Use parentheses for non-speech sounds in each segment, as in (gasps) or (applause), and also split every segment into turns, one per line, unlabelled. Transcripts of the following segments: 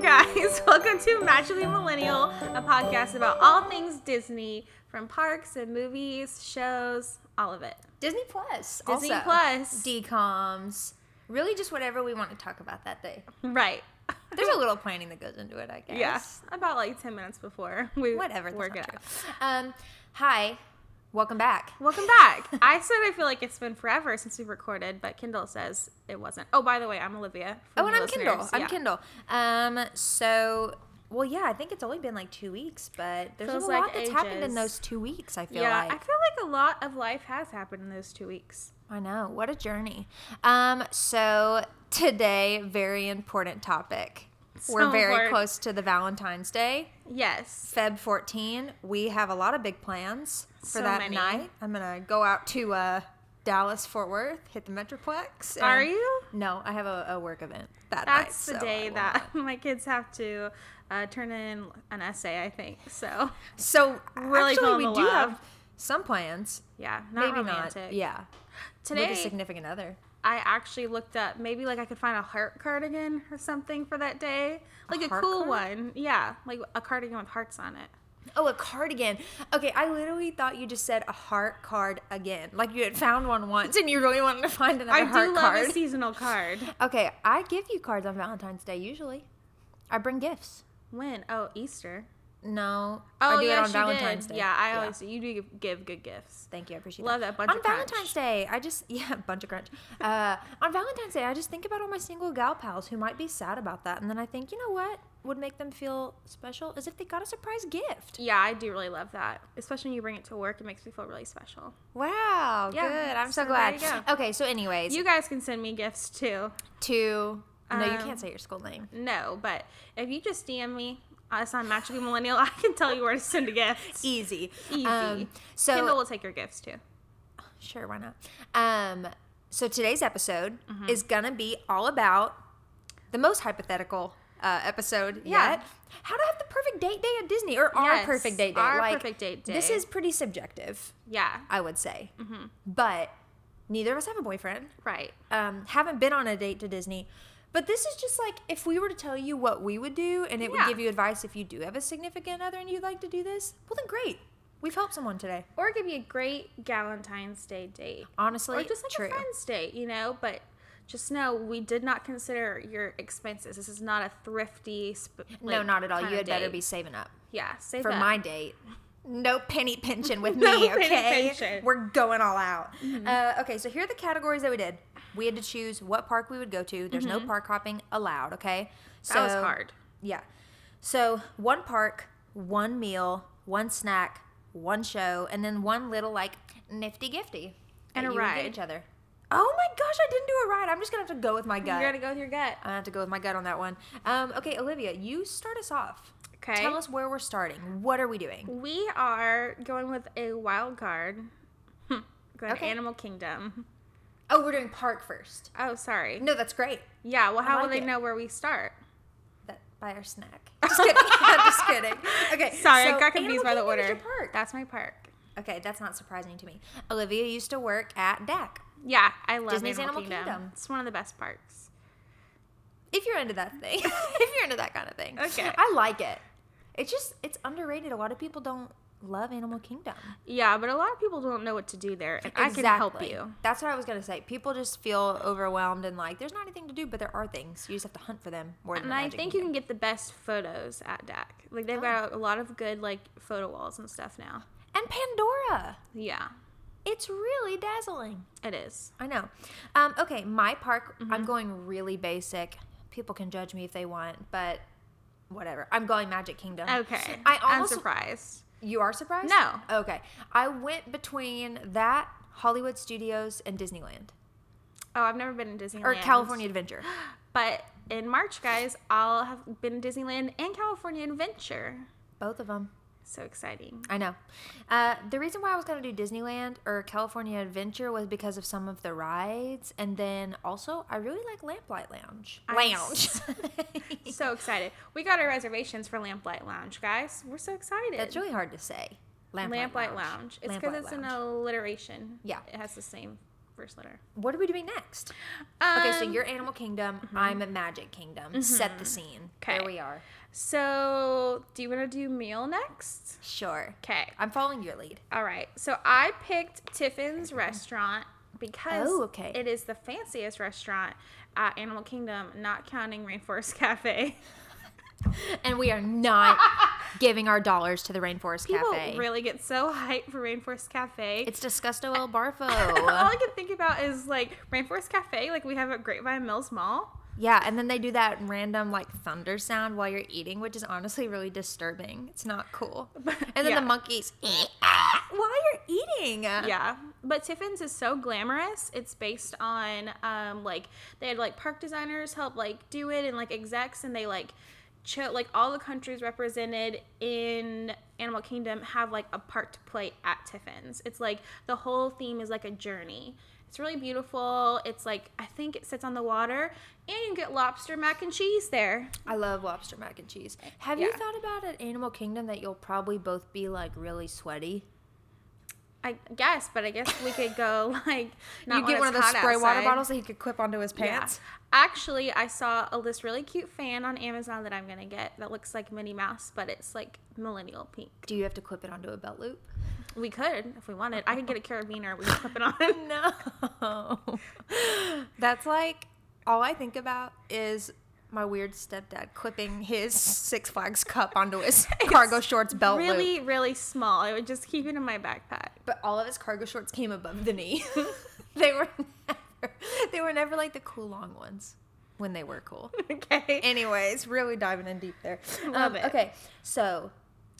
guys, (laughs) welcome to Magically Millennial, a podcast about all things Disney, from parks and movies, shows, all of it.
Disney Plus.
Disney
also.
Plus.
Decoms. Really, just whatever we want to talk about that day.
(laughs) Right.
There's a little planning that goes into it, I guess.
Yes. About like 10 minutes before we
Whatever.
work it
that's not
out.
true. Um, hi. Welcome back.
Welcome
(laughs)
back. I said I feel like it's been forever since we recorded, but Kendall says it wasn't. Oh, by the way, I'm Olivia. for
Oh, and
new
I'm Kindle.
listeners.
I'm
Yeah.
Kindle. Um, so well, yeah, I think it's only been like two weeks, but there's
Feels
a lot
like
that's happened
ages.
in those two weeks. I feel
Yeah, I
like
feel like a lot of life has happened in those two weeks.
I, know what a journey. Um, so today, very important topic.
So
We're very
important.
close to the Valentine's Day,
Yes.
Feb 14. We have a lot of big plans for
So
that
many.
night. I'm gonna go out to uh, Dallas Fort Worth, hit the Metroplex. and-
Are you?
No, I have a, a work event that night.
That's the
so I
day
will
that (laughs) my kids have to uh, turn in an essay, I think. So,
So
Really
actually,
feeling
we
the
do
love.
have some plans.
yeah, not
Maybe
romantic.
not. Yeah. With a
Today,
significant other.
I actually looked up maybe like I could find a heart cardigan or something for that day. Like a,
heart
cool
card?
one. Yeah, like a cardigan with hearts on it.
Oh, a cardigan. Okay, I literally thought you just said a heart card again. Like you had found one once and you really wanted to find another
I
heart
do love
card.
a
(laughs)
seasonal card.
okay, I give you cards on Valentine's Day usually. I bring gifts.
When? Oh, Easter.
No.
Oh,
I do
yes,
it on
you
Valentine's
did.
Day.
Yeah, I always you do give good gifts.
Thank you. I appreciate
Love that
that.
bunch
on
of crunch.
Valentine's Day, I just (laughs) yeah, bunch of crunch. Uh, on Valentine's Day, I just think about all my single gal pals who might be sad about that, and then I think, you know what would make them feel special is if they got a surprise gift.
Yeah, I do really love that. Especially when you bring it to work, it makes me feel really special.
Wow,
Yeah,
good. I'm so,
so there you
glad. Okay, so anyways,
You guys can send me gifts too.
to no, you
Um,
can't say your school name.
No, but if you just DM me, uh, us on Magically Millennial, (laughs) I can tell you where to send a
(laughs)
gift.
Easy,
Easy.
Um, so
Kendall will take your gifts too.
Sure, why not? Um, so today's episode
Mm-hmm.
is gonna be all about the most hypothetical uh, episode
Yeah.
yet. How to have the perfect date day at Disney or our
Yes,
perfect date day?
our perfect date
This
day. Mm-hmm.
is pretty subjective,
Yeah,
I would say. But neither of us have a boyfriend.
right.
Um, haven't been on a date to Disney. But this is just like if we were to tell you what we would do, and it
Yeah.
would give you advice if you do have a significant other and you'd like to do this. Well, then great. We've helped someone today.
Or it could be a great Valentine's Day date.
Honestly,
Or just like
true.
a friend's date, you know? But just know we did not consider your expenses. This is not a thrifty. Sp-
no,
like,
not at all.
kinda
You had better
date.
be saving up.
Yeah, save
for
up.
my date. No penny pinching (laughs) with me,
No penny
okay?
pinching.
We're going all out. Uh, okay, so here are the categories that we did. We had to choose what park we would go to. There's no park hopping allowed, okay? So,
That was hard.
Yeah. So one park, one meal, one snack, one show, and then one little like nifty gifty.
And
that
a
you would give
ride.
each other. Oh my gosh, I didn't do a ride. I'm just gonna have to go with my gut.
You gotta go with your gut.
I'm gonna have to go with my gut on that one. Um, okay, Olivia, you start us off.
Okay.
Tell us where we're starting. What are we doing?
We are going with a wild card. going
Okay.
Animal Kingdom.
Oh, we're doing park first.
Oh, sorry.
No, that's great.
Yeah, well, how will
like
they
it.
know where we start?
That buy our snack. Just kidding. (laughs) I'm just kidding. Okay.
Sorry,
so
I got confused
Animal
by the
Kingdom
order.
is your park.
That's my park.
Okay, that's not surprising to me. Olivia used to work at DAC.
Yeah, I love
Disney's
Animal,
Animal
Kingdom.
Kingdom.
It's one of the best parks.
If you're into that thing, (laughs) if you're into that kind of thing,
Okay.
I like it. It's just it's underrated. A lot of people don't love Animal Kingdom.
Yeah, but a lot of people don't know what to do there, and I can help
Exactly.
you.
That's what I was gonna say. People just feel overwhelmed and like there's not anything to do, but there are things. You just have to hunt for them more than
And
the
I
Magic
think you
Kingdom.
can get the best photos at DAC. Like they've got a lot of good like photo walls and stuff now.
and Pandora.
Yeah,
It's really dazzling.
it is.
I know. Um, okay, my park, I'm going really basic. People can judge me if they want, but whatever. I'm going Magic Kingdom.
Oh, Okay,
I
I'm
almost-
surprised.
You are surprised?
No.
Okay. I went between that, Hollywood Studios, and Disneyland.
Oh, I've never been to Disneyland
Or California Adventure. (gasps)
But in March, guys, I'll have been to Disneyland and California Adventure.
Both of them.
So exciting.
I know. Uh, the reason why I was going to do Disneyland or California Adventure was because of some of the rides. And then also, I really like Lamplight Lounge.
I'm
Lounge. (laughs)
So excited. We got our reservations for Lamplight Lounge, guys. We're so excited.
That's really hard to say.
Lamplight Lounge. It's because
Lamplight
it's an
Lounge.
alliteration.
Yeah.
It has the same first letter.
What are we doing next? okay, so
Um, Mm-hmm.
you're Animal Kingdom. I'm at Magic Kingdom. Set the scene.
Okay.
There we are.
So, do you want to do meal next?
Sure.
Okay.
I'm following your lead.
All right. So I picked Tiffin's restaurant because
Oh, okay.
it is the fanciest restaurant at Animal Kingdom, not counting Rainforest (laughs) Cafe.
And we are not
(laughs)
giving our dollars to the Rainforest
People
Cafe.
really get so hyped for Rainforest Cafe.
it's Disgusto El
all I
Barfo.
can think about is like Rainforest Cafe, like we have at Grapevine Mills Mall.
yeah, and then they do that random like thunder sound while you're eating, which is honestly really disturbing. It's not cool.
(laughs)
And then
Yeah.
the monkeys (laughs) while you're eating.
Yeah, but Tiffin's is so glamorous. It's based on um like they had like park designers help like do it and like execs and they like cho- like all the countries represented in Animal Kingdom have like a part to play at Tiffin's. It's like the whole theme is like a journey. It's really beautiful. It's like I think it sits on the water and you can get lobster mac and cheese there.
I love lobster mac and cheese. Have you
Yeah.
thought about at Animal Kingdom that you'll probably both be like really sweaty?
I guess, but I guess we could go (laughs) like not
you get
when
one of
it's
those
hot
spray water
outside.
bottles that he could clip onto his
Yeah.
pants.
Actually, I saw a, this really cute fan on Amazon that I'm gonna get that looks like Minnie Mouse, but it's like millennial pink.
Do you have to clip it onto a belt loop?
We could, if we wanted, I could get a carabiner. We could clip it on.
No.
(laughs)
That's like all I think about is my weird stepdad clipping his Six Flags cup onto
(laughs)
his cargo shorts (laughs) belt loop.
really, really small. I would just keep it in my backpack. (laughs)
But all of his cargo shorts came above the knee. (laughs) they were (laughs) never, they were never like the cool long ones when they were cool.
okay.
Anyways, really diving in deep there. Um,
Love it.
Okay, so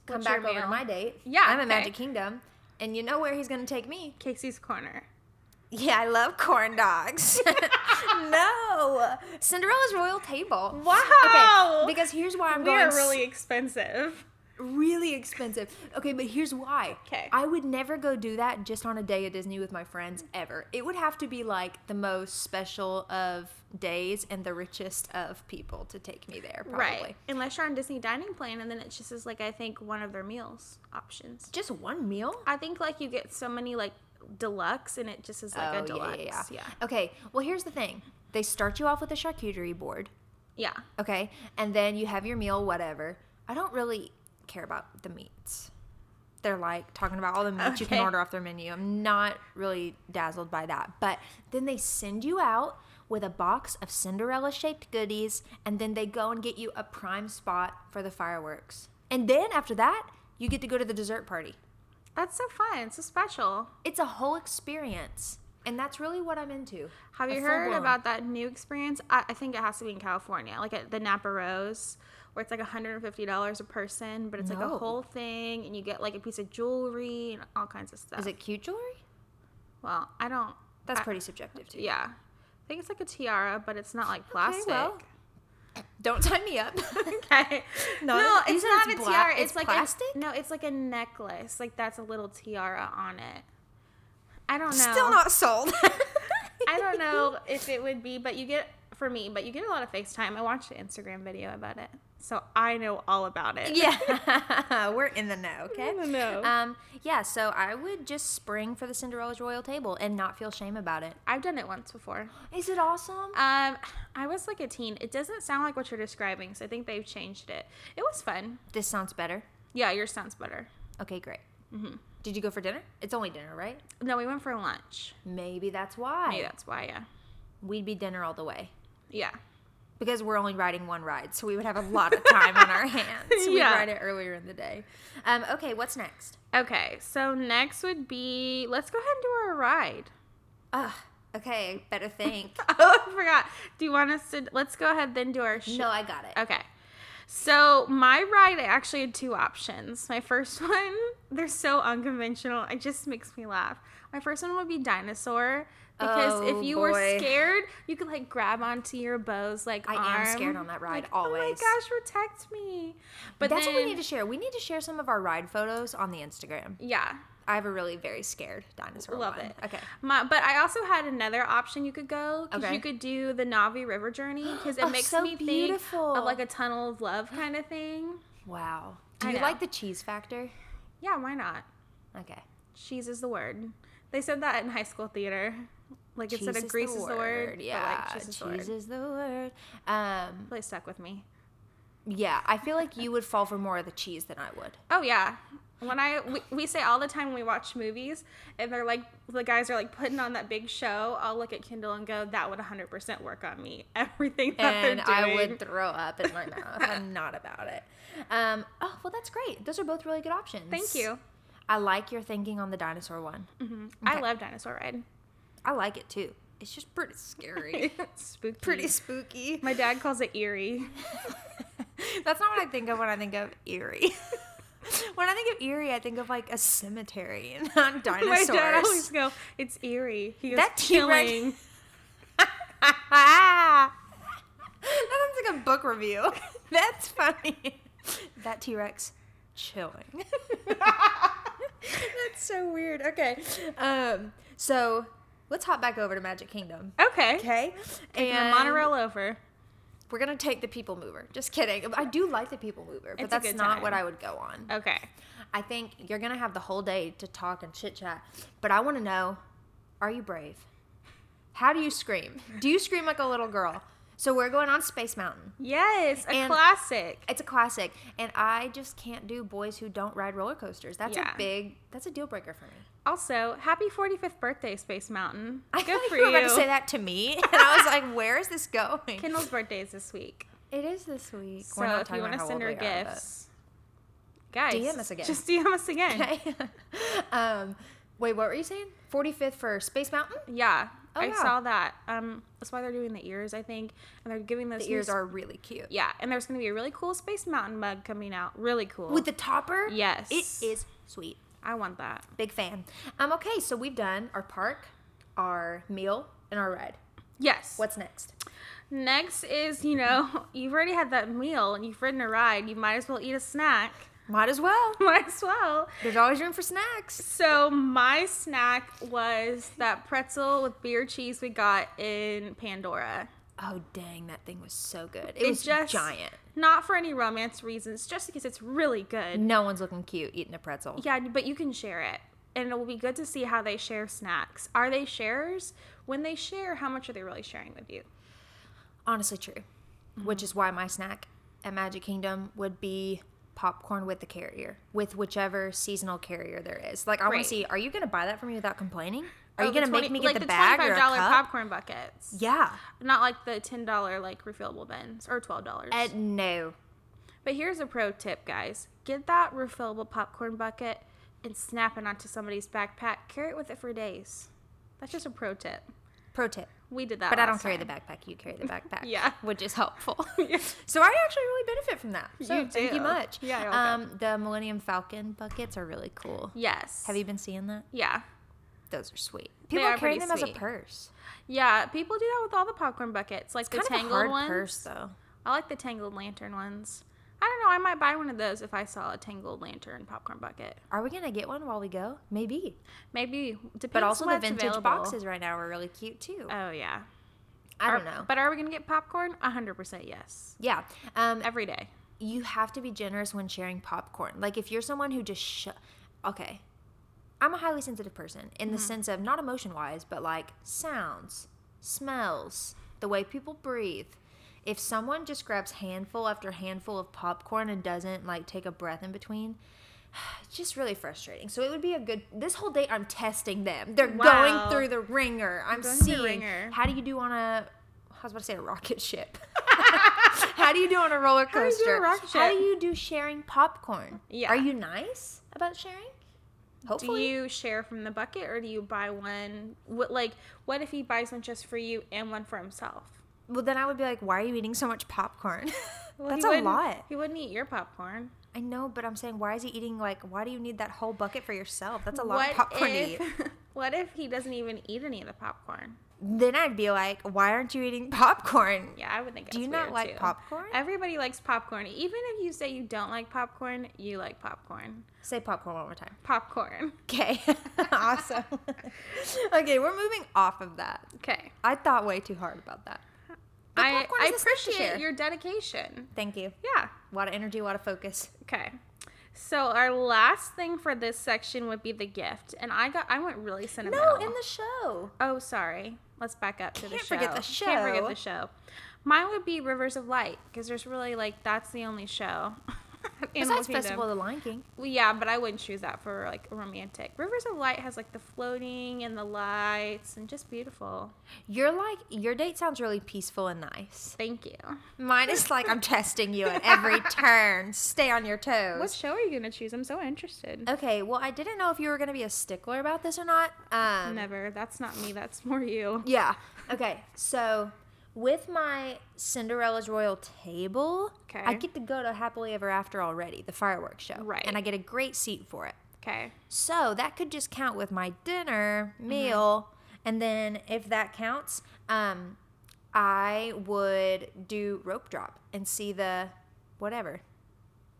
come
What's
back
your
over to
meal?
my date.
Yeah,
I'm at
okay.
Magic Kingdom, and you know where he's gonna take me.
Casey's corner.
Yeah, I love
(laughs)
corn dogs. (laughs) no, Cinderella's royal table.
Wow.
Okay, because here's why I'm
We
going.
are
s-
really expensive.
really expensive. Okay, but here's why.
'Kay.
I would never go do that just on a day at Disney with my friends ever. It would have to be like the most special of days and the richest of people to take me there, probably.
Right. Unless you're on Disney dining plan, and then it's just is like I think one of their meals options.
Just one meal?
I think like you get so many like deluxe, and it just is like a
Oh, yeah,
deluxe.
yeah,
Yeah.
yeah. Okay. Well, here's the thing. They start you off with a charcuterie board.
Yeah.
Okay. And then you have your meal, whatever. I don't really care about the meats. They're like talking about all the meats you can
Okay.
order off their menu. I'm not really dazzled by that. But then they send you out with a box of Cinderella shaped goodies, and then they go and get you a prime spot for the fireworks. And then after that, you get to go to the dessert party.
That's so fun. So special.
It's a whole experience. And that's really what I'm into.
Have
A
you heard
full-blown.
about that new experience? I, I think it has to be in California, like at the Napa Rose, where it's like $150 a person, but it's like a
No.
whole thing, and you get like a piece of jewelry and all kinds of stuff.
Is it cute jewelry?
Well, I don't.
That's
I-
pretty subjective too.
Yeah. I think it's like a tiara, but it's not like plastic. Okay.
well. Don't tie
(laughs)
me up. (laughs)
No,
No, you
it's
said
not
it's
a
bla-
tiara. It's,
it's
like
plastic?
A, no, it's like a necklace. Like that's a little tiara on it. I don't know.
Still not sold.
(laughs) I don't know if it would be, but you get for me, but you get a lot of FaceTime. I watched an Instagram video about it, so I know all about it. (laughs)
Yeah, (laughs) we're in the know. Okay.
in the know.
Um, yeah. So I would just spring for the Cinderella's royal table and not feel shame about it. Uh,
I've done it once before.
Is it awesome?
Um, I was like a teen. It doesn't sound like what you're describing, so I think they've changed it. It was fun.
This sounds better.
Yeah, yours sounds better.
Okay, great.
Mm-hmm.
Did you go for dinner? It's only dinner, right?
No, we went for lunch.
Maybe that's why
Maybe that's why. Yeah,
we'd be dinner all the way
yeah.
because we're only riding one ride, so we would have a lot of time on
(laughs)
our hands. We'd
Yeah.
ride it earlier in the day. Um, okay, what's next?
Okay, so next would be let's go ahead and do our ride. (laughs)
Ugh. Ah, Okay, better think.
Oh, (laughs) I forgot. Do you want us to? Let's go ahead then do our. Sh-
(laughs) no, I got it.
Okay. So my ride, I actually had two options. My first (laughs) one, they're so unconventional. It just makes me laugh. My first one would be dinosaur because
Oh,
if you were
boy.
scared, you could like grab onto your bows like
I
arm.
am scared on that ride
Like,
always.
Oh my gosh, protect me! But
That's
then,
what we need to share. We need to share some of our ride photos on the Instagram.
Yeah,
I have a really very scared dinosaur.
love
one.
it.
Okay.
My, but I also had another option you could go because
Okay.
you could do the Navi River journey because it
(gasps) Oh,
makes
so
me
beautiful.
think of like a tunnel of love kind of thing.
Wow. Do
I
you
know.
like the cheese factor?
Yeah, why not?
Okay.
Cheese is the word. They said that in high school theater. Like instead of grease is the word, but,
Yeah,
like, cheese is the word.
is the word. Um,
Really stuck with me.
yeah, I feel like you would fall for more of the cheese than I
(laughs)
would.
Oh yeah. When I we, we say all the time when we watch movies and they're like the guys are like putting on that big show, I'll look at Kendall and go, that would 100% work on me. (laughs) Everything that
and
they're doing.
I would throw
(laughs)
up in my mouth. I'm not about it. Um, oh, well, that's great. Those are both really good options.
Thank you.
I like your thinking on the dinosaur one.
I love Dinosaur
(laughs)
Ride. (laughs)
I like it too. It's just pretty scary,
Spooky.
(laughs) pretty spooky.
My dad calls it eerie.
(laughs) That's not what I think of when I think of eerie. (laughs) when I think of eerie, I think of like a cemetery and (laughs) not
My
dinosaurs.
dad always go, it's eerie. He goes,
That T-Rex-
chilling.
(laughs) that sounds (laughs) like a book review. That's funny. That T Rex chilling. (laughs) That's so weird. Okay. Um, so let's hop back over to Magic Kingdom.
(laughs) Okay.
Okay.
And
And
the monorail over.
We're gonna take the people mover. Just kidding. I do like the people mover,
It's
but
a
that's
good
not
time.
what I would go on.
Okay.
I think you're gonna have the whole day to talk and chit chat. But I want to know: Are you brave? How do you scream? Do you scream like a little girl? So we're going on Space Mountain.
Yes, a
And-
classic.
It's a classic, and I just can't do boys who don't ride roller coasters. That's
Yeah.
a big, that's a deal breaker for me. (laughs)
Also, happy 45th birthday, Space Mountain.
I
Good
thought
for
you
you.
were about to say that to me, and I was like, "Where is this going?"
Kendall's birthday is this week.
it is this week.
So if you want to send her gifts, guys,
DM us again.
Just DM us again.
Okay. (laughs) um, wait, what were you saying? Forty fifth for Space Mountain.
Yeah,
Oh,
I
yeah.
saw that. Um, that's why they're doing the ears, I think, and they're giving those
The
new
ears
sp-
are really cute.
Yeah, and there's gonna be a really cool Space Mountain mug coming out. Really cool.
with the topper.
Yes.
it is sweet.
I want that.
Big fan. Um, okay, so we've done our park, our meal, and our ride.
Yes.
What's next?
Next is you know (laughs) you've already had that meal and you've ridden a ride. You might as well eat a snack. (laughs)
Might as well.
Might as well.
(laughs) There's always room for snacks.
So my snack was that pretzel with beer cheese we got in Pandora.
Oh dang, that thing was so good. It,
It
was
just-
giant.
Not for any romance reasons, just because it's really good.
No one's looking cute eating a pretzel.
Yeah, but you can share it. And it will be good to see how they share snacks. Are they sharers? When they share, how much are they really sharing with you?
Honestly, true.
Mm-hmm.
Which is why my snack at Magic Kingdom would be popcorn with the carrier, with whichever seasonal carrier there is. Like I want
Great.
to see. Are you gonna buy that for me without complaining? Are
Oh,
you
the
gonna make
20
me get
like
the, bag or a
$25
cup?
popcorn buckets?
yeah.
Not like the $10 like refillable bins or $12.
Uh, no.
but here's a pro tip, guys. Get that refillable popcorn bucket and snap it onto somebody's backpack. Carry it with it for days. That's just a pro tip.
Pro tip.
We did that.
But I don't
last
carry
time.
the backpack.
(laughs)
You carry the backpack.
Oh, Yeah.
Which is helpful.
(laughs) Yeah.
So I actually really benefit from that. So
You
thank you
do.
much.
Yeah, you're
Um, the Millennium Falcon buckets are really cool.
Yes.
Have you been seeing that?
Yeah.
Those are sweet. People
are
are carrying
pretty
them as
sweet.
a purse.
Yeah, people do that with all the popcorn buckets, like the
Kind
tangled
of a hard
ones.
purse though.
I like the tangled lantern ones. I don't know. I might buy one of those if I saw a tangled lantern popcorn bucket.
Are we gonna get one while we go? Maybe.
Maybe depends.
But also
on
the
what's
vintage
available.
boxes right now are really cute too.
Oh yeah.
I
Are-
don't know.
But are we gonna get popcorn? hundred percent yes.
yeah. Um,
Every day.
you have to be generous when sharing popcorn. Like if you're someone who just sh- okay, I'm a highly sensitive person in the
Mm-hmm.
sense of not emotion wise, but like sounds, smells, the way people breathe. If someone just grabs handful after handful of popcorn and doesn't like take a breath in between, (sighs) it's just really frustrating. So it would be a good this whole day I'm testing them. They're
Wow.
going through the ringer. I'm
Going through
seeing
ringer.
how do you do on a I was about to say a rocket ship. (laughs) How do you do on a roller
do you do
coaster?
a rocket
How do
ship?
you do sharing popcorn?
Yeah.
Are you nice about sharing?
Do
Hopefully.
you share from the bucket or do you buy one? What like what if he buys one just for you and one for himself?
well, then I would be like, why are you eating so
(laughs)
much popcorn?
Well, he
That's a
wouldn't-
lot.
He wouldn't eat your popcorn.
I know, but I'm saying, why is he eating like? Why do you need that whole bucket for yourself? That's a lot
what
of popcorn
if,
to eat.
(laughs) What if he doesn't even eat any of the popcorn?
Then I'd be like, why aren't you eating popcorn?
Yeah, I would think.
Do
that's
you not
weird,
like
too.
popcorn?
Everybody likes popcorn. Even if you say you don't like popcorn, you like popcorn.
Say popcorn one more time.
Popcorn. (laughs)
Okay. (laughs) awesome. (laughs) okay, we're moving off of that.
Okay.
I thought way too hard about that. But
I,
popcorn
I
is a snack to
appreciate
share.
your dedication.
Thank you.
Yeah.
A lot of energy, a lot of focus.
Okay. So our last thing for this section would be the gift, and I got I went really
No,
sentimental.
in the show.
oh, sorry. Let's back up to the
Can't
show.
forget the
Can't
show.
forget the show. Mine would be Rivers of Light because there's really like that's the only show. (laughs) in
Besides
Kingdom.
Festival of the Lion King.
Well, yeah, but I wouldn't choose that for like a romantic. Rivers of Light has like the floating and the lights and just beautiful.
You're like your date sounds really peaceful and nice.
Thank you.
Mine is like I'm testing you at (laughs) every turn. Stay on your toes.
What show are you gonna choose? I'm so interested.
okay, well I didn't know if you were gonna be a stickler about this or not. Um
Never. That's not me. That's more you.
Yeah. Okay, so with my Cinderella's Royal Table,
Okay.
I get to go to Happily Ever After already, the fireworks show.
Right.
And I get a great seat for it.
Okay.
So that could just count with my dinner
Mm-hmm.
meal. And then if that counts, um, I would do rope drop and see the whatever,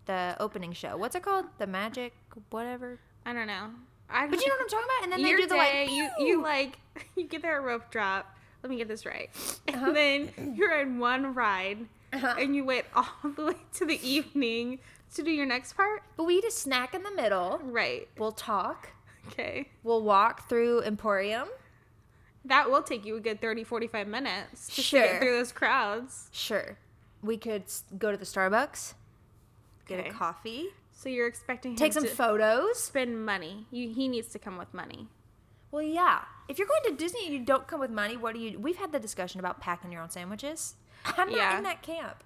the opening show. What's it called? The magic, whatever.
I don't know. I
But you know what I'm talking about? And
(laughs)
then
your
they do the
day,
like,
you you
pew!
like (laughs) you get there at rope drop. Let me get this right. (laughs) And
Uh-huh.
then you're in one ride, and you wait (laughs) all the way to the evening to do your next part.
But we eat a snack in the middle.
Right.
We'll talk.
Okay.
We'll walk through Emporium.
That will take you a good 30, 45 minutes just to
Sure.
get through those crowds.
Sure. We could s- go to the Starbucks, get
Okay.
a coffee,
So you're expecting him
take some
to
photos.
spend money. You, he needs to come with money.
Well, yeah. If you're going to Disney and you don't come with money, what do you? We've had the discussion about packing your own sandwiches. I'm not
Yeah.
in that camp.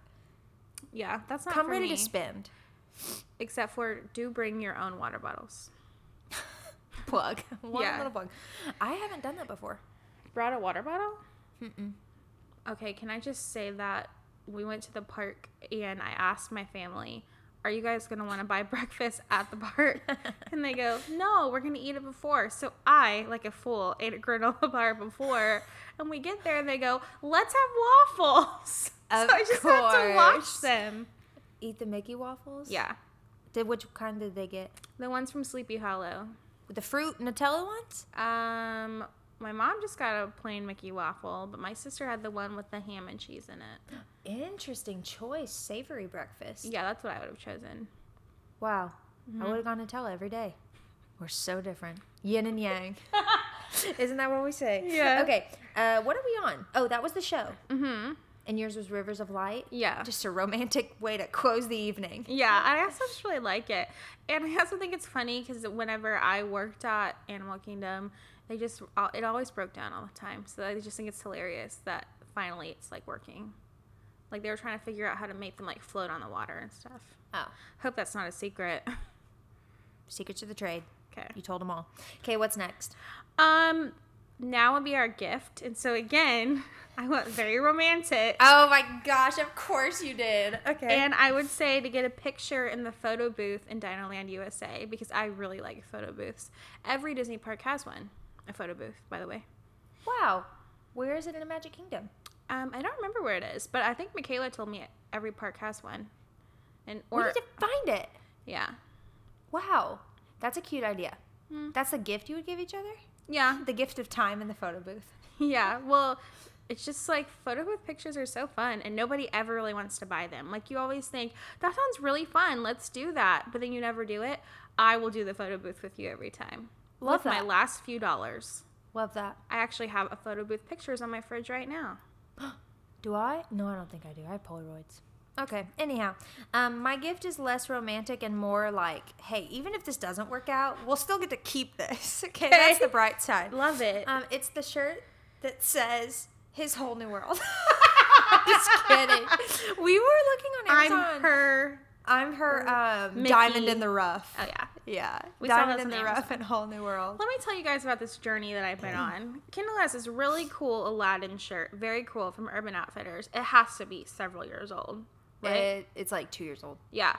Yeah, that's not
Come
for me.
ready to
(laughs)
spend.
Except for do bring your own water bottles.
Plug. (laughs) One
Yeah.
little plug. I haven't done that before.
Brought a water bottle? Mm-mm. Okay, can I just say that we went to the park and I asked my family, are you guys going to want to buy (laughs) breakfast at the (laughs) park? and they go, no, we're going to eat it before. So I, like a fool, ate a granola (laughs) bar before. And we get there and they go, let's have waffles. (laughs)
Of
so I just had to watch
course.
them.
Eat the Mickey waffles.
Yeah.
Did which kind did they get?
The ones from Sleepy Hollow.
The fruit Nutella ones.
Um, my mom just got a plain Mickey waffle, but my sister had the one with the ham and cheese in it.
Interesting choice. Savory breakfast.
Yeah, Mm-hmm. that's what I would have chosen.
Wow. I would have gone Nutella every day. We're so different. Yin
(laughs)
and yang. Isn't that what we say?
Yeah.
Okay. Uh, what are we on? Oh, that was the show.
Mm-hmm.
And yours was Rivers of Light.
Yeah.
Just a romantic way to close the evening.
yeah, I also just really like it. And I also think it's funny because whenever I worked at Animal Kingdom, they just, it always broke down all the time. So I just think it's hilarious that finally it's like working. Like they were trying to figure out how to make them like float on the water and stuff.
Oh,
Hope that's not a secret. (laughs)
secrets of the trade.
okay.
You told them all. Okay, what's next?
Um, now would be our gift, and so again, (laughs) I went very romantic,
Oh my gosh, of course you did. Okay.
and I would say to get a picture in the photo booth in Dinoland USA because I really like photo booths. Every Disney park has one, a photo booth, by the way.
wow. Where is it in the Magic Kingdom?
Um, I don't remember where it is, but I think Michaela told me every park has one, and
we
or
need to find it.
yeah,
Wow. That's a cute idea. That's the gift you would give each other?
yeah, (laughs)
The gift of time in the photo booth.
yeah. Well. It's just like photo booth pictures are so fun, and nobody ever really wants to buy them. Like, you always think, that sounds really fun, let's do that. But then you never do it. I will do the photo booth with you every time.
Love
with my
that.
last few dollars.
Love that.
I actually have a photo booth pictures on my fridge right now.
Do I? No, I don't think I do. I have Polaroids. Okay. Anyhow, um, my gift is less romantic and more like, hey, even if this doesn't work out, we'll still get to keep this. (laughs) Okay, that's the bright side.
Love it.
Um, it's the shirt that says "His Whole New
(laughs)
World." Just kidding. We were looking on
I'm
Amazon.
her.
I'm her um,
Mickey.
diamond in the rough.
Oh, yeah.
Yeah,
We saw
diamond
those
in
on
the rough and whole new world.
Let me tell you guys about this journey that I've been on. Kendall has this really cool Aladdin shirt, very cool from Urban Outfitters. It has to be several years old, right?
It, it's like two years old.
Yeah.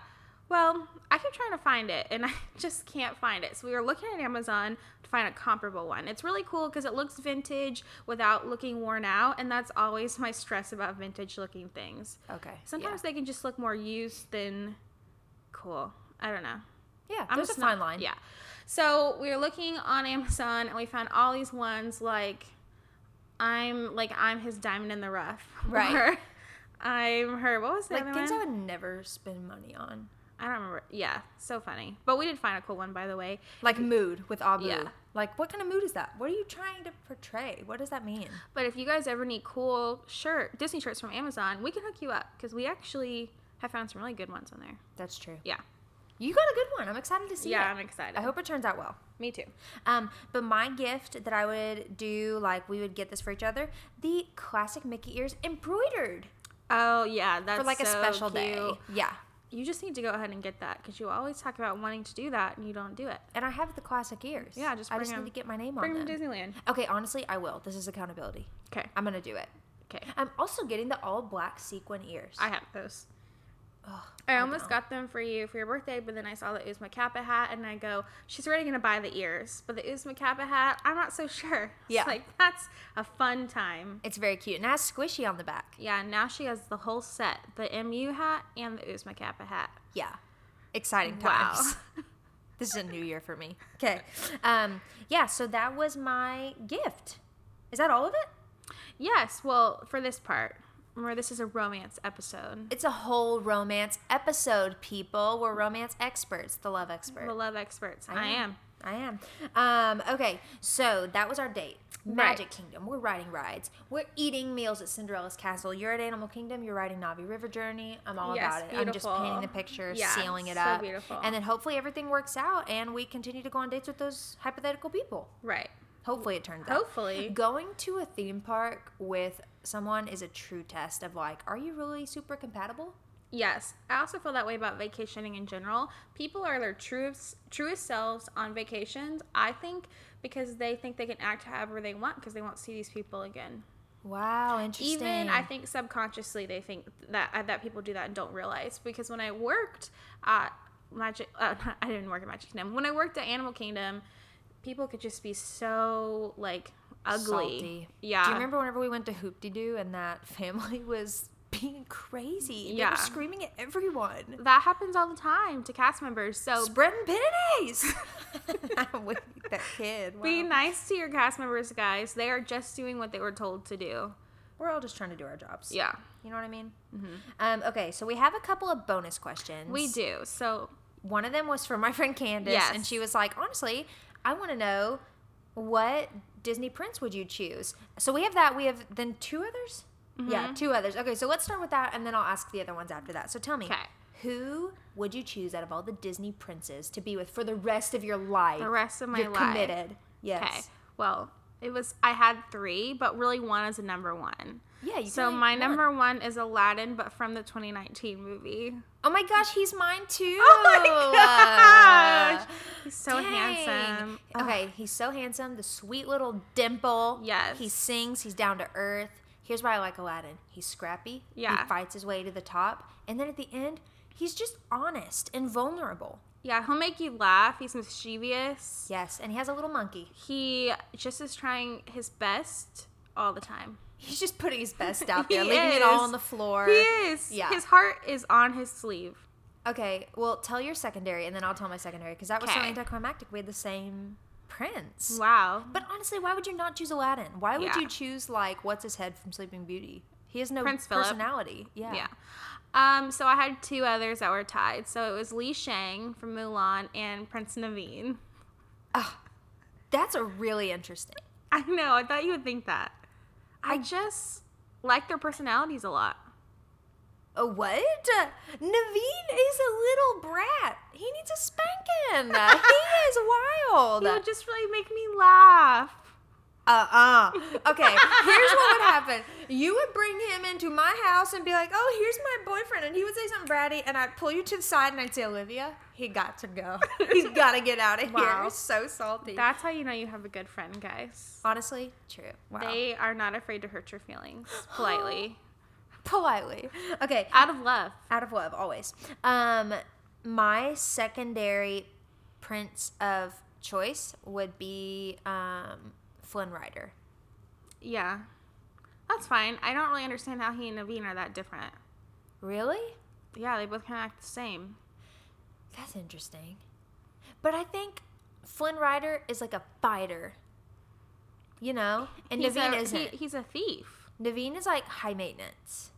Well, I keep trying to find it and (laughs) I just can't find it. So we were looking at Amazon to find a comparable one. It's really cool because it looks vintage without looking worn out. And that's always my stress about vintage looking things.
Okay. yeah.
Sometimes they can just look more used than cool. I don't know.
yeah,
I'm
there's a
just
fine
not-
line.
Yeah. So we were looking on Amazon and we found all these ones like I'm like I'm his diamond in the rough. (laughs)
Right.
Or I'm her. What was the
like
other
things
one?
I would never spend money on.
I don't remember. Yeah, so funny. But we did find a cool one, by the way.
Like mood with Abu.
Mm. Yeah.
Like what kind of mood is that? What are you trying to portray? What does that mean?
But if you guys ever need cool shirt Disney shirts from Amazon, we can hook you up because we actually have found some really good ones on there.
That's true.
Yeah,
You got a good one. I'm excited to see
yeah,
it.
I'm excited.
I hope it turns out well.
Me too.
Um, but my gift that I would do, like we would get this for each other, the classic Mickey ears embroidered
Oh yeah, that's
for like a
so
special
cute.
day. Yeah.
You just need to go ahead and get that because you always talk about wanting to do that and you don't do it.
And I have the classic ears.
Yeah, just
I
bring
just
them-
need to get my name
Bring
on
them to
them.
Disneyland.
Okay, honestly, I will. This is accountability.
Okay.
I'm gonna do it.
Okay.
I'm also getting the all black sequin ears.
I have those.
Ugh,
I almost
don't.
got them for you for your birthday, but then I saw the Uzma Kappa hat and I go, she's already going to buy the ears. But the Uzma Kappa hat, I'm not so sure. (laughs) It's
Yeah.
like, that's a fun time.
It's very cute and it has squishy on the back.
Yeah, now she has the whole set the MU hat and the Uzma Kappa hat.
Yeah, exciting
Wow.
times. (laughs) this is a new year for me. Okay,
(laughs)
um, yeah. So that was my gift. Is that all of it?
Yes, well, for this part, remember, this is a romance episode.
It's a whole romance episode, people. We're romance experts, the love expert.
The love experts. I, am.
I am. Um, okay, so that was our date. Magic Kingdom. We're riding rides. We're eating meals at Cinderella's Castle. You're at Animal Kingdom. You're riding Navi River Journey. I'm all
Yes,
about it. I'm just
beautiful.
painting the picture,
Yeah,
sealing it
so
up.
beautiful.
And then hopefully everything works out and we continue to go on dates with those hypothetical people.
Right.
Hopefully it turns out.
Hopefully.
Going to a theme park with someone is a true test of like, are you really super compatible?
Yes, I also feel that way about vacationing in general. People are their truest truest selves on vacations. I think because they think they can act however they want because they won't see these people again.
Wow, interesting.
Even I think subconsciously they think that uh, that people do that and don't realize. Because when I worked at Magic, uh, (laughs) I didn't work at Magic Kingdom. When I worked at Animal Kingdom, people could just be so like ugly.
Salty.
Yeah.
Do you remember whenever we went to Hoopty Doo and that (laughs) family was being crazy? They
Yeah.
were screaming at everyone.
that happens all the time to cast members? So
Spreading (laughs) pennies. With that kid. Wow.
Be nice to your cast members, guys. They are just doing what they were told to do.
We're all just trying to do our jobs.
Yeah, Mm-hmm.
You know what I mean? Um, okay, so we have a couple of bonus questions.
we do. So,
One of them was from my (laughs) friend Candace,
Yes.
and she was like, honestly, I want to know what Disney prince would you choose? So we have that. We have then two others?
Mm-hmm.
Yeah, two others. Okay, so let's start with that, and then I'll ask the other ones after that. So tell me,
'Kay.
who would you choose out of all the Disney princes to be with for the rest of your life?
The rest of my
You're
life.
committed. Yes.
okay. Well, it was I had three, but really one is a number one.
Yeah, you
So
can only
my
pick one.
number one is Aladdin, but from the 2019 movie.
(laughs) Oh my gosh, he's mine too.
Oh
(laughs)
my gosh, he's so
Dang.
handsome.
Okay, he's so handsome. The sweet little dimple.
Yes.
He sings. He's down to earth. Here's why I like Aladdin. He's scrappy.
Yeah.
He fights his way to the top, and then at the end, he's just honest and vulnerable.
Yeah, he'll make you laugh. He's mischievous.
Yes, and he has a little monkey.
He just is trying his best all the time.
He's just putting
(laughs)
his best out
He
there, leaving it all
is.
on the floor.
He is.
Yeah.
His heart is on his sleeve.
Okay, well, tell your secondary, and then I'll tell my secondary because that was so
Okay.
anticlimactic. We had the same prince.
Wow.
But honestly, why would you not choose Aladdin? Why would
Yeah.
you choose like what's his head from Sleeping Beauty? He has no
Prince Philip.
personality. Yeah.
Yeah. Um, so I had two others that were tied. So it was Li Shang from Mulan and Prince Naveen. (laughs)
That's a really interesting.
I know. I thought you would think that. I just like their personalities a lot.
A what? Naveen is a little brat. He needs
(laughs)
a spanking. he is wild.
They would just really make me laugh. (laughs)
Uh-uh. Okay, here's what would happen. You would bring him into my house and be like, oh, here's my boyfriend. And he would say something bratty, and I'd pull you to the side and I'd say, Olivia, he got to go. (laughs) He's got to get out of here.
Wow.
He's so salty.
That's how you know you have a good friend, guys.
Honestly, true. Wow.
They are not afraid to hurt your
(gasps)
feelings politely,
politely. Okay,
out of love.
out of love always. Um, my secondary prince of choice would be um Flynn Rider.
Yeah. That's fine. I don't really understand how he and Naveen are that different.
Really?
Yeah, they both kind of act the same.
That's interesting. But I think Flynn Rider is like a fighter. You know, and
he's
Naveen
a,
isn't.
he- he's a thief.
Naveen is like high maintenance.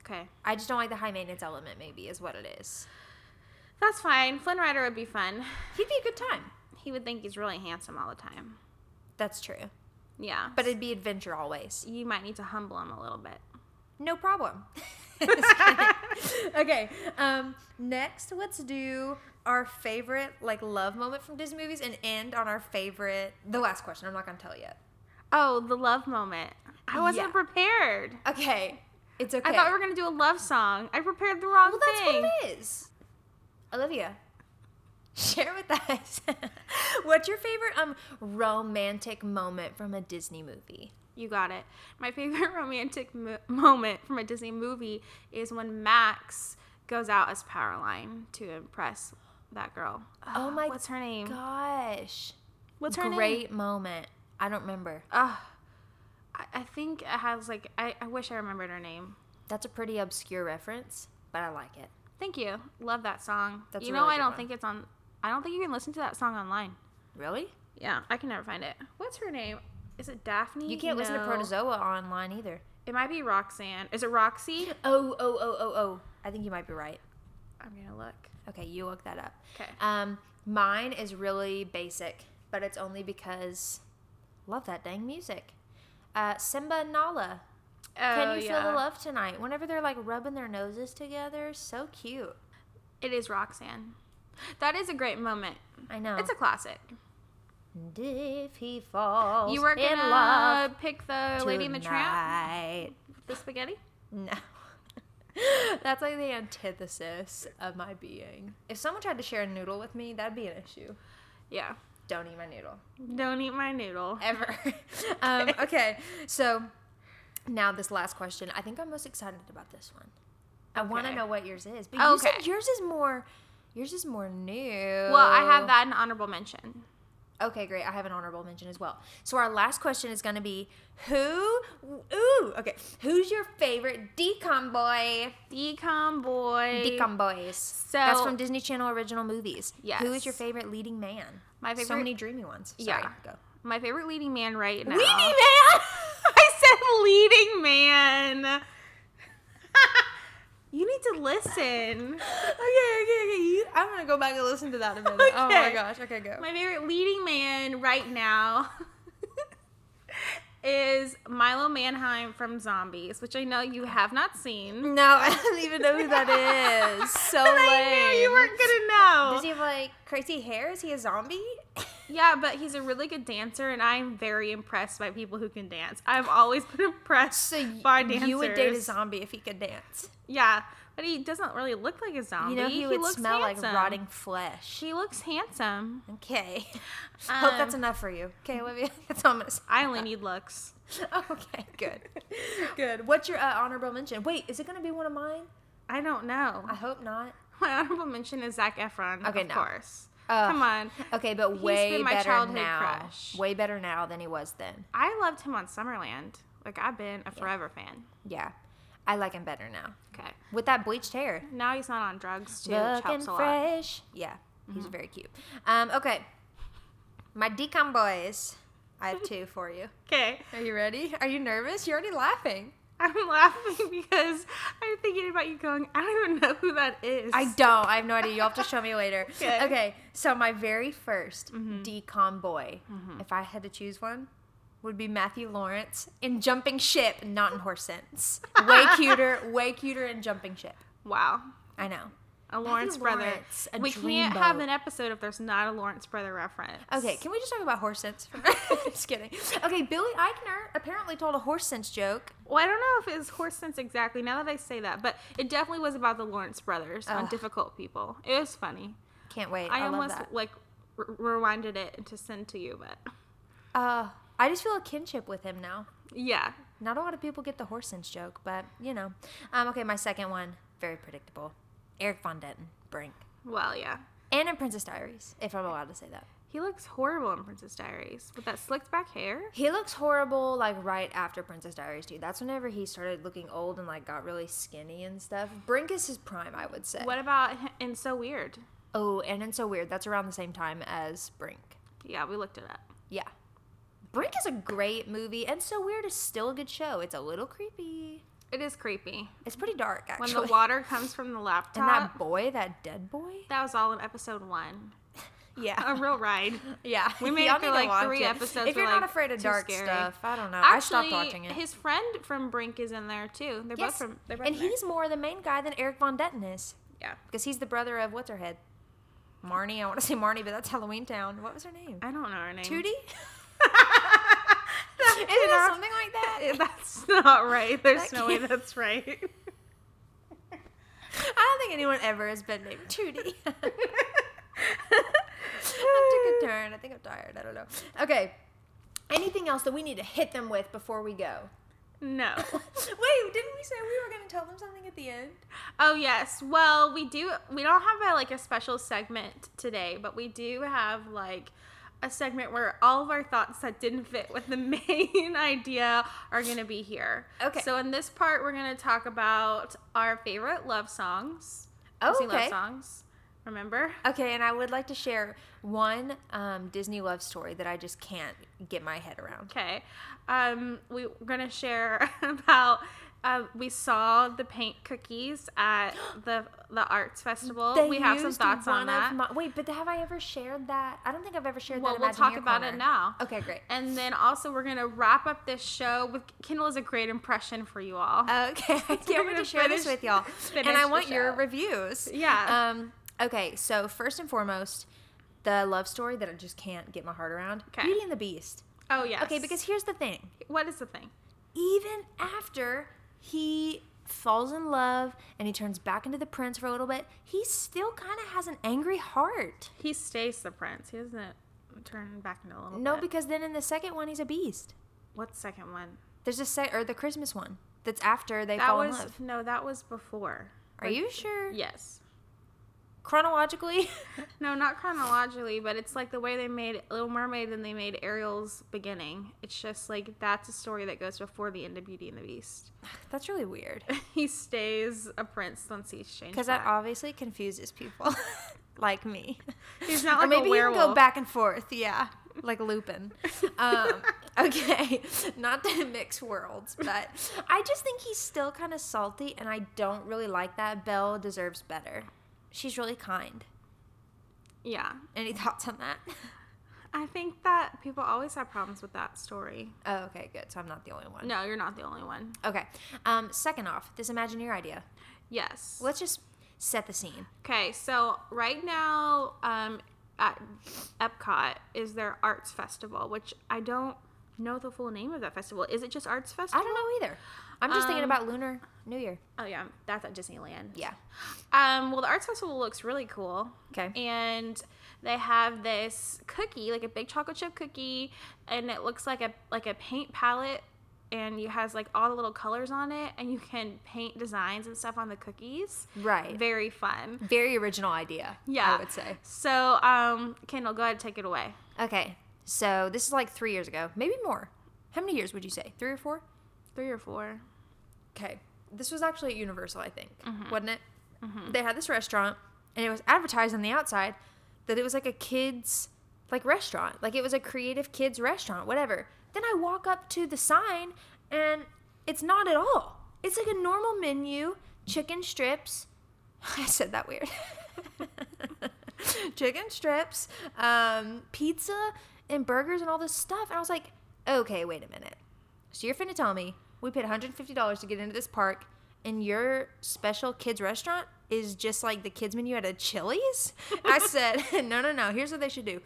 Okay.
I just don't like the high maintenance element. Maybe is what it is.
That's fine. Flynn Rider would be fun.
He'd be a good time.
He would think he's really handsome all the time.
That's true.
Yeah.
But it'd be adventure always.
you might need to humble him a little bit.
No (laughs) problem. okay. Um, next, let's do our favorite like love moment from Disney movies and end on our favorite. The last question. I'm not gonna tell yet.
Oh, the love moment. I wasn't
Yeah.
prepared.
Okay. It's okay.
I thought we were going to do a love song. I prepared the wrong
Well, that's
thing.
what it is. Olivia, (laughs) share with us (laughs) what's your favorite um romantic moment from a Disney movie.
You got it. My (laughs) favorite romantic mo- moment from a Disney movie is when Max goes out as Powerline to impress that girl.
Oh my
What's her name?
gosh!
What's her name?
Great moment. I don't remember.
Ugh. I- I think it has like I, I wish I remembered her name.
That's a pretty obscure reference, but I like it.
Thank you. Love that song.
That's
you
a
know
really
I
good
don't
one.
think it's on. I don't think you can listen to that song online.
Really?
Yeah, I can never find it. What's her name? Is it Daphne?
You can't listen to
No.
Protozoa online either.
It might be Roxanne. Is it Roxy?
Oh, oh, oh, oh, oh. I think you might be right.
I'm gonna look.
Okay, you look that up.
'Kay.
Um, mine is really basic, but it's only because love that dang music. Uh, Simba and Nala. Can
Oh,
you feel
yeah.
the love tonight? Whenever they're like rubbing their noses together, so cute.
It is Roxanne. That is a great moment.
I know.
It's a classic.
and if he falls
You were
in
gonna
love
pick the Lady and the Tramp,
tonight.
the spaghetti.
No. (laughs) That's like the antithesis of my being. If someone tried to share a noodle with me, that'd be an issue.
Yeah.
Don't eat my noodle.
Don't eat my noodle.
Ever. (laughs) um, okay. So now this last question. I think I'm most excited about this one. I want to
Okay.
know what yours is. But you said
Okay.
yours is more yours is more new. Well,
Well, I have that in honorable mention.
Okay, great. I have an honorable mention as well. So our last question is gonna be who ooh, okay. Who's your favorite decom boy?
Decom boy.
Decom Boys.
So-
that's from Disney Channel original movies.
Yes.
Who is your favorite leading man?
My
So
favorite-
many dreamy ones. Sorry,
Yeah.
Go.
My favorite leading man (laughs) right now.
Leading man. (laughs)
I said leading man. (laughs) you need to listen.
okay, okay, okay. You, I'm gonna go back and listen to that in a minute. Oh my
Okay.
gosh. Okay, go.
My favorite leading man right now (laughs) is Milo Manheim from Zombies, which I know you have not seen.
no, (laughs) I don't even know who that is. (laughs) So lame.
(laughs) And I knew you weren't gonna know.
Does he have like crazy hair? Is he a zombie? (laughs)
Yeah, but he's a really good dancer, and I'm very impressed by people who can dance. I've always been impressed
So y-
by dancers.
you would date a zombie if he could dance.
Yeah, but he doesn't really look like a zombie.
You know he, would
looks
smell
handsome.
like rotting flesh.
He looks handsome.
Okay. (laughs) Hope that's
Um,
enough for you. (laughs) Okay, Olivia. That's all I'm gonna say.
I only need looks.
(laughs) okay, good. good. What's your uh, honorable mention? Wait, is it going to be one of mine?
I don't know.
I hope not.
(laughs) My honorable mention is Zach Efron.
Okay,
of
no.
course.
Ugh.
Come on.
Okay, but
He's
way
been my
better
childhood
now.
crush.
Way better now than he was then.
I loved him on Summerland. Like I've been a forever fan.
Yeah. I like him better now.
Okay.
With that bleached hair.
Now he's not on drugs too, which
Looking
helps a lot. Mm-hmm.
fresh. Yeah, he's very cute. Um, okay. My decom boys. I have two
(laughs)
for you.
Okay.
Are you ready? Are you nervous? You're already laughing.
I'm laughing because I'm thinking about you going, I don't even know who that is.
I don't. I have no idea. You'll have to show me later. okay.
(laughs) Okay. Mm-hmm.
So my very 1st decom boy, if I had to choose one, would be Matthew Lawrence in Jumping Ship, not in Horse Sense.
(laughs)
Way cuter. way cuter in Jumping Ship.
Wow.
I know.
A Lawrence brother.
Lawrence, a
we can't
dreamboat.
have an episode if there's not a Lawrence brother reference.
Okay, can we just talk about horse sense? for- (laughs) just kidding. Okay, Billy Eichner apparently told a horse sense joke.
Well, I don't know if it's horse sense exactly now that I say that, but it definitely was about the Lawrence brothers on
Ugh.
difficult people. It was funny.
Can't wait.
I,
I, love
almost
that.
like r- rewinded it to send to you, but
Uh, I just feel a kinship with him now.
yeah.
Not a lot of people get the horse sense joke, but you know. Um, okay, my second one, very predictable. Eric Von Denton, Brink.
Well, yeah.
And in Princess Diaries, if I'm allowed to say that.
He looks horrible in Princess Diaries with that slicked back hair.
He looks horrible like right after Princess Diaries, dude. That's whenever he started looking old and like got really skinny and stuff. Brink is his prime, I would say.
What about him? And so weird.
Oh, and it's so weird. That's around the same time as Brink.
Yeah, we looked it up.
Yeah. Brink is a great movie, and So Weird is still a good show. It's a little creepy.
It is creepy.
It's pretty dark
When
actually.
the water comes from the laptop.
(laughs) and that boy, that dead boy.
that was all in episode one. A
(laughs) Yeah,
real ride.
yeah. (laughs)
we made it
Y'all
through,
need to
like,
watch
three
it.
episodes
If you're
were,
not
like,
afraid of
too
dark
scary.
stuff, I don't know. I
Actually,
stopped watching it.
his friend from Brink is in there too. They're both
yes,
from. They're both
and
in there.
he's more the main guy than Eric Von Detten is
yeah.
because he's the brother of what's her head, Marnie. I want to say Marnie, but that's Halloween Town. What was her name?
I don't know her name. (laughs)
(laughs) Tootie.
That's
Isn't (laughs) it
not-
something like that?
(laughs) That's not right. There's
That
no way
can't-
that's right. (laughs)
I don't think anyone ever has been named Tootie. (laughs) I took a
I
turn. I think I'm tired. I don't know. Okay. Anything else that we need to hit them with before we go? (laughs)
No.
Wait, didn't we say we were going to tell them something at the end?
Oh yes. Well, we do. We don't have a, like a special segment today, but we do have like a segment where all of our thoughts that didn't fit with the (laughs) main idea are gonna be here.
Okay.
So in this part, we're gonna talk about our favorite love songs.
Oh,
Disney
okay.
love songs. Remember?
Okay, and I would like to share one um, Disney love story that I just can't get my head around.
Okay. Um, we, we're going to share (laughs) about uh, we saw the paint cookies
(gasps)
at the the arts festival. we have some
used
thoughts on
one of
that.
my- wait, but have I ever shared that? I don't think I've ever shared
well,
that.
we'll talk
Imagineer
about
corner.
it now.
Okay, great.
And then also we're going to wrap up this show with Kindle is a great impression for you all.
(laughs) (laughs) Okay, I
We're
can't wait
gonna
to share this
finish-
with (laughs) y'all. And
finish
I
the
want your
show.
reviews.
Yeah.
Um, okay, so first and foremost, the love story that I just can't get my heart around
Okay.
Beauty and the Beast.
oh yes.
Okay, because here's the thing
what is the thing?
even after he falls in love and he turns back into the prince for a little bit, he still kind of has an angry heart.
He stays the prince. He doesn't turn back into a little
No,
bit.
because then in the second one, he's a beast.
What's second one?
There's a set or the Christmas one that's after they
That
fall
was
in love.
no, that was before.
Are you sure?
Yes.
Chronologically?
(laughs) No, not chronologically, but it's like the way they made Little Mermaid and they made Ariel's beginning. It's just like that's a story that goes before the end of Beauty and the Beast.
(sighs)
(laughs)
that's really weird.
he stays a prince once he's changed.
Because that
back.
obviously confuses people (laughs) like me.
He's not like
or
a
maybe you can go
werewolf.
back and forth, yeah. Like Lupin. Um, (laughs) okay, not to mix worlds, but I just think he's still kind of salty, and I don't really like that. Belle deserves better. She's really kind.
yeah.
Any (laughs) thoughts on that?
I think that people always have problems with that story.
Oh, okay, good. So I'm not the only one.
No, you're not the only one.
Okay. Um, second off, this Imagineer idea.
Yes.
Let's just set the scene.
Okay, so right now um, at Epcot is their arts festival, which I don't know the full name of that festival. Is it just arts
I
festival?
don't know either. I'm just thinking
Um,
about Lunar New Year.
Oh yeah, that's at Disneyland.
Yeah.
Um, well, the arts festival looks really cool.
Okay.
And they have this cookie, like a big chocolate chip cookie, and it looks like a like a paint palette, and you has like all the little colors on it, and you can paint designs and stuff on the cookies.
Right.
Very fun.
Very original idea.
Yeah.
I would say.
So, um, Kendall, go ahead and take it away.
Okay. So this is like three years ago, maybe more. How many years would you say? Three or four?
Three or four.
Okay. This was actually at Universal, I think, wasn't it? They had this restaurant, and it was advertised on the outside that it was like a kids like restaurant, like it was a creative kids restaurant, whatever. Then I walk up to the sign, and it's not at all. It's like a normal menu, chicken strips. (laughs) I said that weird. (laughs) chicken strips, um, pizza, and burgers, and all this stuff. And I was like, okay, wait a minute. So you're finna tell me we paid $150 to get into this park, and your special kids restaurant is just like the kids menu at a Chili's? I said, (laughs) no, no, no. Here's what they should do.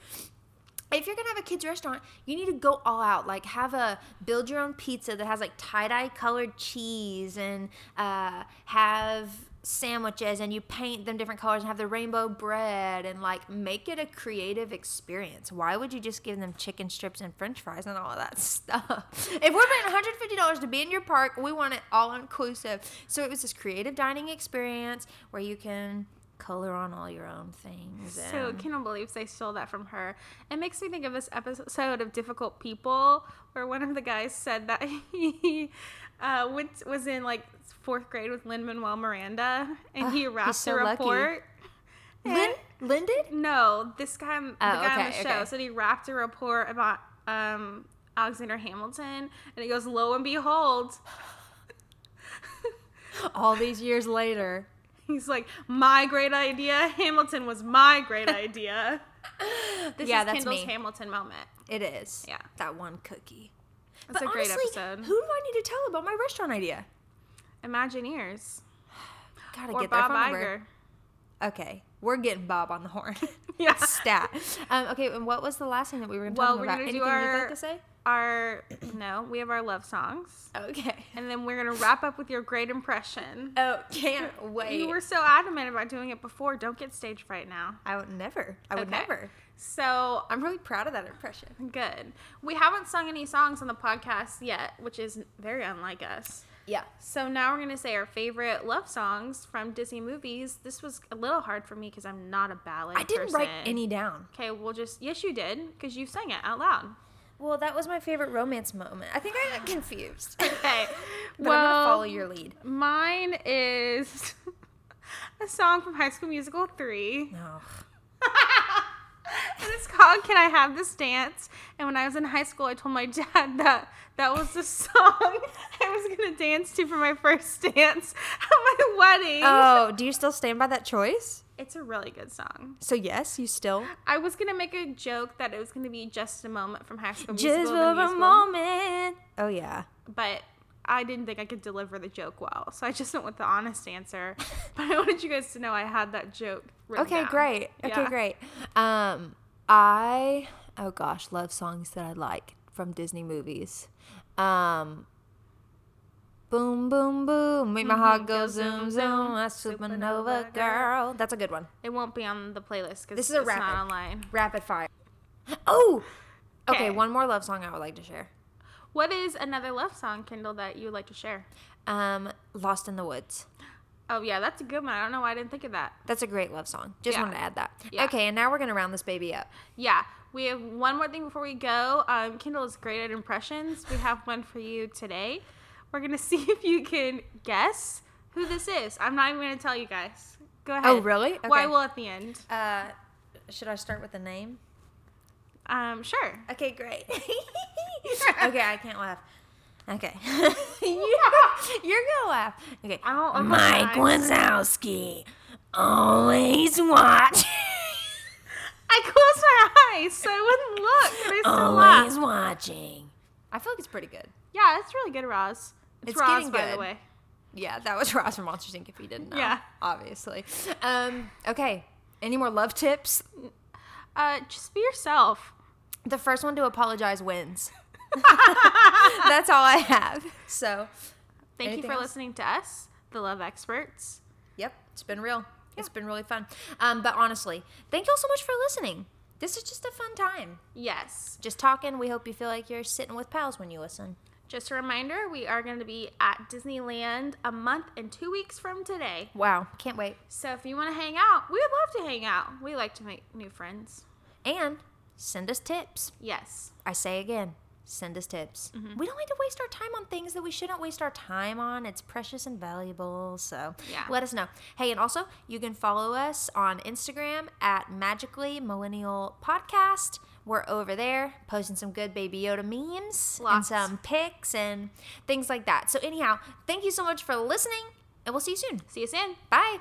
If you're gonna have a kids restaurant, you need to go all out. Like have a build your own pizza that has like tie dye colored cheese, and uh, have sandwiches, and you paint them different colors, and have the rainbow bread, and like make it a creative experience. Why would you just give them chicken strips and French fries and all that (laughs) stuff? If we're paying 150 dollars to be in your park, we want it all inclusive. So it was this creative dining experience where you can color on all your own things.
So
and-
Kendall believes they stole that from her. It makes me think of this episode of Difficult People, where one of the guys said that (laughs) he uh, went, was in like fourth grade with Lynn Manuel Miranda, and he wrapped
Ah, so
the
lucky.
report.
Lin- Lin did?
No, this guy, the guy on the
Oh, okay,
show,
okay.
said he wrapped a report about um, Alexander Hamilton, and he goes, "Lo and behold."
All these years later.
(laughs) He's like, my great idea. Hamilton was my great
(laughs)
idea. This
Yeah,
is
that's
Kendall's
me.
Hamilton moment.
It is.
Yeah.
That one cookie.
That's a great episode.
Who do I need to tell about my restaurant idea?
Imagineers
Gotta
or
get
Bob
their phone number.
Iger.
Okay, we're getting Bob on
(laughs)
the horn. (laughs)
Yeah.
Stat. Um, okay, and what was the last thing that we were going to
Well,
talk
we're
about?
gonna do
Anything you'd
our-
like to say?
Our no, we have our love songs,
Okay.
and then we're gonna wrap up with your great impression.
(laughs) Oh, can't
(laughs)
wait.
You were so adamant about doing it before. Don't get stage fright now.
I would never. I would
Okay.
never.
So
I'm really proud of that impression.
good. We haven't sung any songs on the podcast yet, which is very unlike us.
Yeah.
So now we're going to say our favorite love songs from Disney movies. This was a little hard for me because I'm not a ballad
I didn't write
person.
any down.
Okay, we'll just yes, you did because you sang it out loud.
Well, that was my favorite romance moment. I think I (sighs) got confused.
Okay,
(laughs) but
well,
I'm going to follow your lead.
mine is (laughs) a song from High School Musical three.
No.
And it's called "Can I Have This Dance?" And when I was in high school, I told my (laughs) dad that that was the song (laughs) I was gonna dance to for my first dance (laughs) at my wedding.
Oh, do you still stand by that choice?
It's a really good song.
So, yes, you still.
I was gonna make a joke that it was gonna be just a moment from High School (gasps) Musical,
Just
the
for a
musical,
moment. Oh, yeah.
but I didn't think I could deliver the joke well, so I just went with the honest answer. (laughs) but I wanted you guys to know I had that joke. written
Okay,
down.
great.
Yeah.
Okay, great. Um, I oh gosh, love songs that I like from Disney movies. Um, boom, boom, boom, make my
Mm-hmm.
heart go zoom, zoom. A supernova
Supernova
girl. That's a good one.
It won't be on the playlist because
This
this
is a
is it's not
rapid.
online.
Rapid fire. Oh, okay.
Okay.
One more love song I would like to share.
What is another love song, Kendall, that you would like to share?
Um, Lost in the Woods.
Oh yeah, that's a good one. I don't know why I didn't think of that.
That's a great love song. Just
Yeah.
wanted to add that.
Yeah.
Okay, and now we're gonna round this baby up.
Yeah, we have one more thing before we go. Um, Kendall is great at impressions. We have one for you today. We're gonna (laughs) see if you can guess who this is. I'm not even gonna tell you guys. Go ahead.
Oh, really?
Well, I
Okay.
will at the end.
Uh, should I start with the name?
Um, sure.
Okay, great. (laughs) okay, I can't laugh. Okay. (laughs) you're, you're gonna laugh. Okay.
I don't open my
Mike
eyes.
Wazowski. Always watch.
I closed my eyes so I wouldn't look, and I still
always
laughed.
watching. I feel like it's pretty good.
Yeah, it's really good, Roz. It's,
It's
Roz,
getting
by the
good.
way.
Yeah, that was (laughs) Ross from Monsters Inc. if you didn't know.
Yeah.
Obviously. Um, okay. Any more love tips?
Uh, just be yourself.
The first one to apologize wins. (laughs) That's all I have. So,
Thank
Anything
you for
else?
listening to us, the Love Experts.
Yep, it's been real. It's been really fun. Um, but honestly, thank y'all so much for listening. This is just a fun time.
Yes.
Just talking. We hope you feel like you're sitting with pals when you listen.
Just a reminder, we are going to be at Disneyland a month and two weeks from today.
Wow, can't wait.
So if you want to hang out, we would love to hang out. We like to make new friends.
And send us tips.
Yes.
I say again, send us tips.
Mm-hmm.
We don't like to waste our time on things that we shouldn't waste our time on. It's precious and valuable. So
Yeah.
let us know. Hey, and also you can follow us on Instagram at Magically Millennial Podcast. We're over there posting some good Baby Yoda memes and
Lots.
some pics and things like that. So anyhow, thank you so much for listening, and we'll see you soon.
See you soon.
Bye.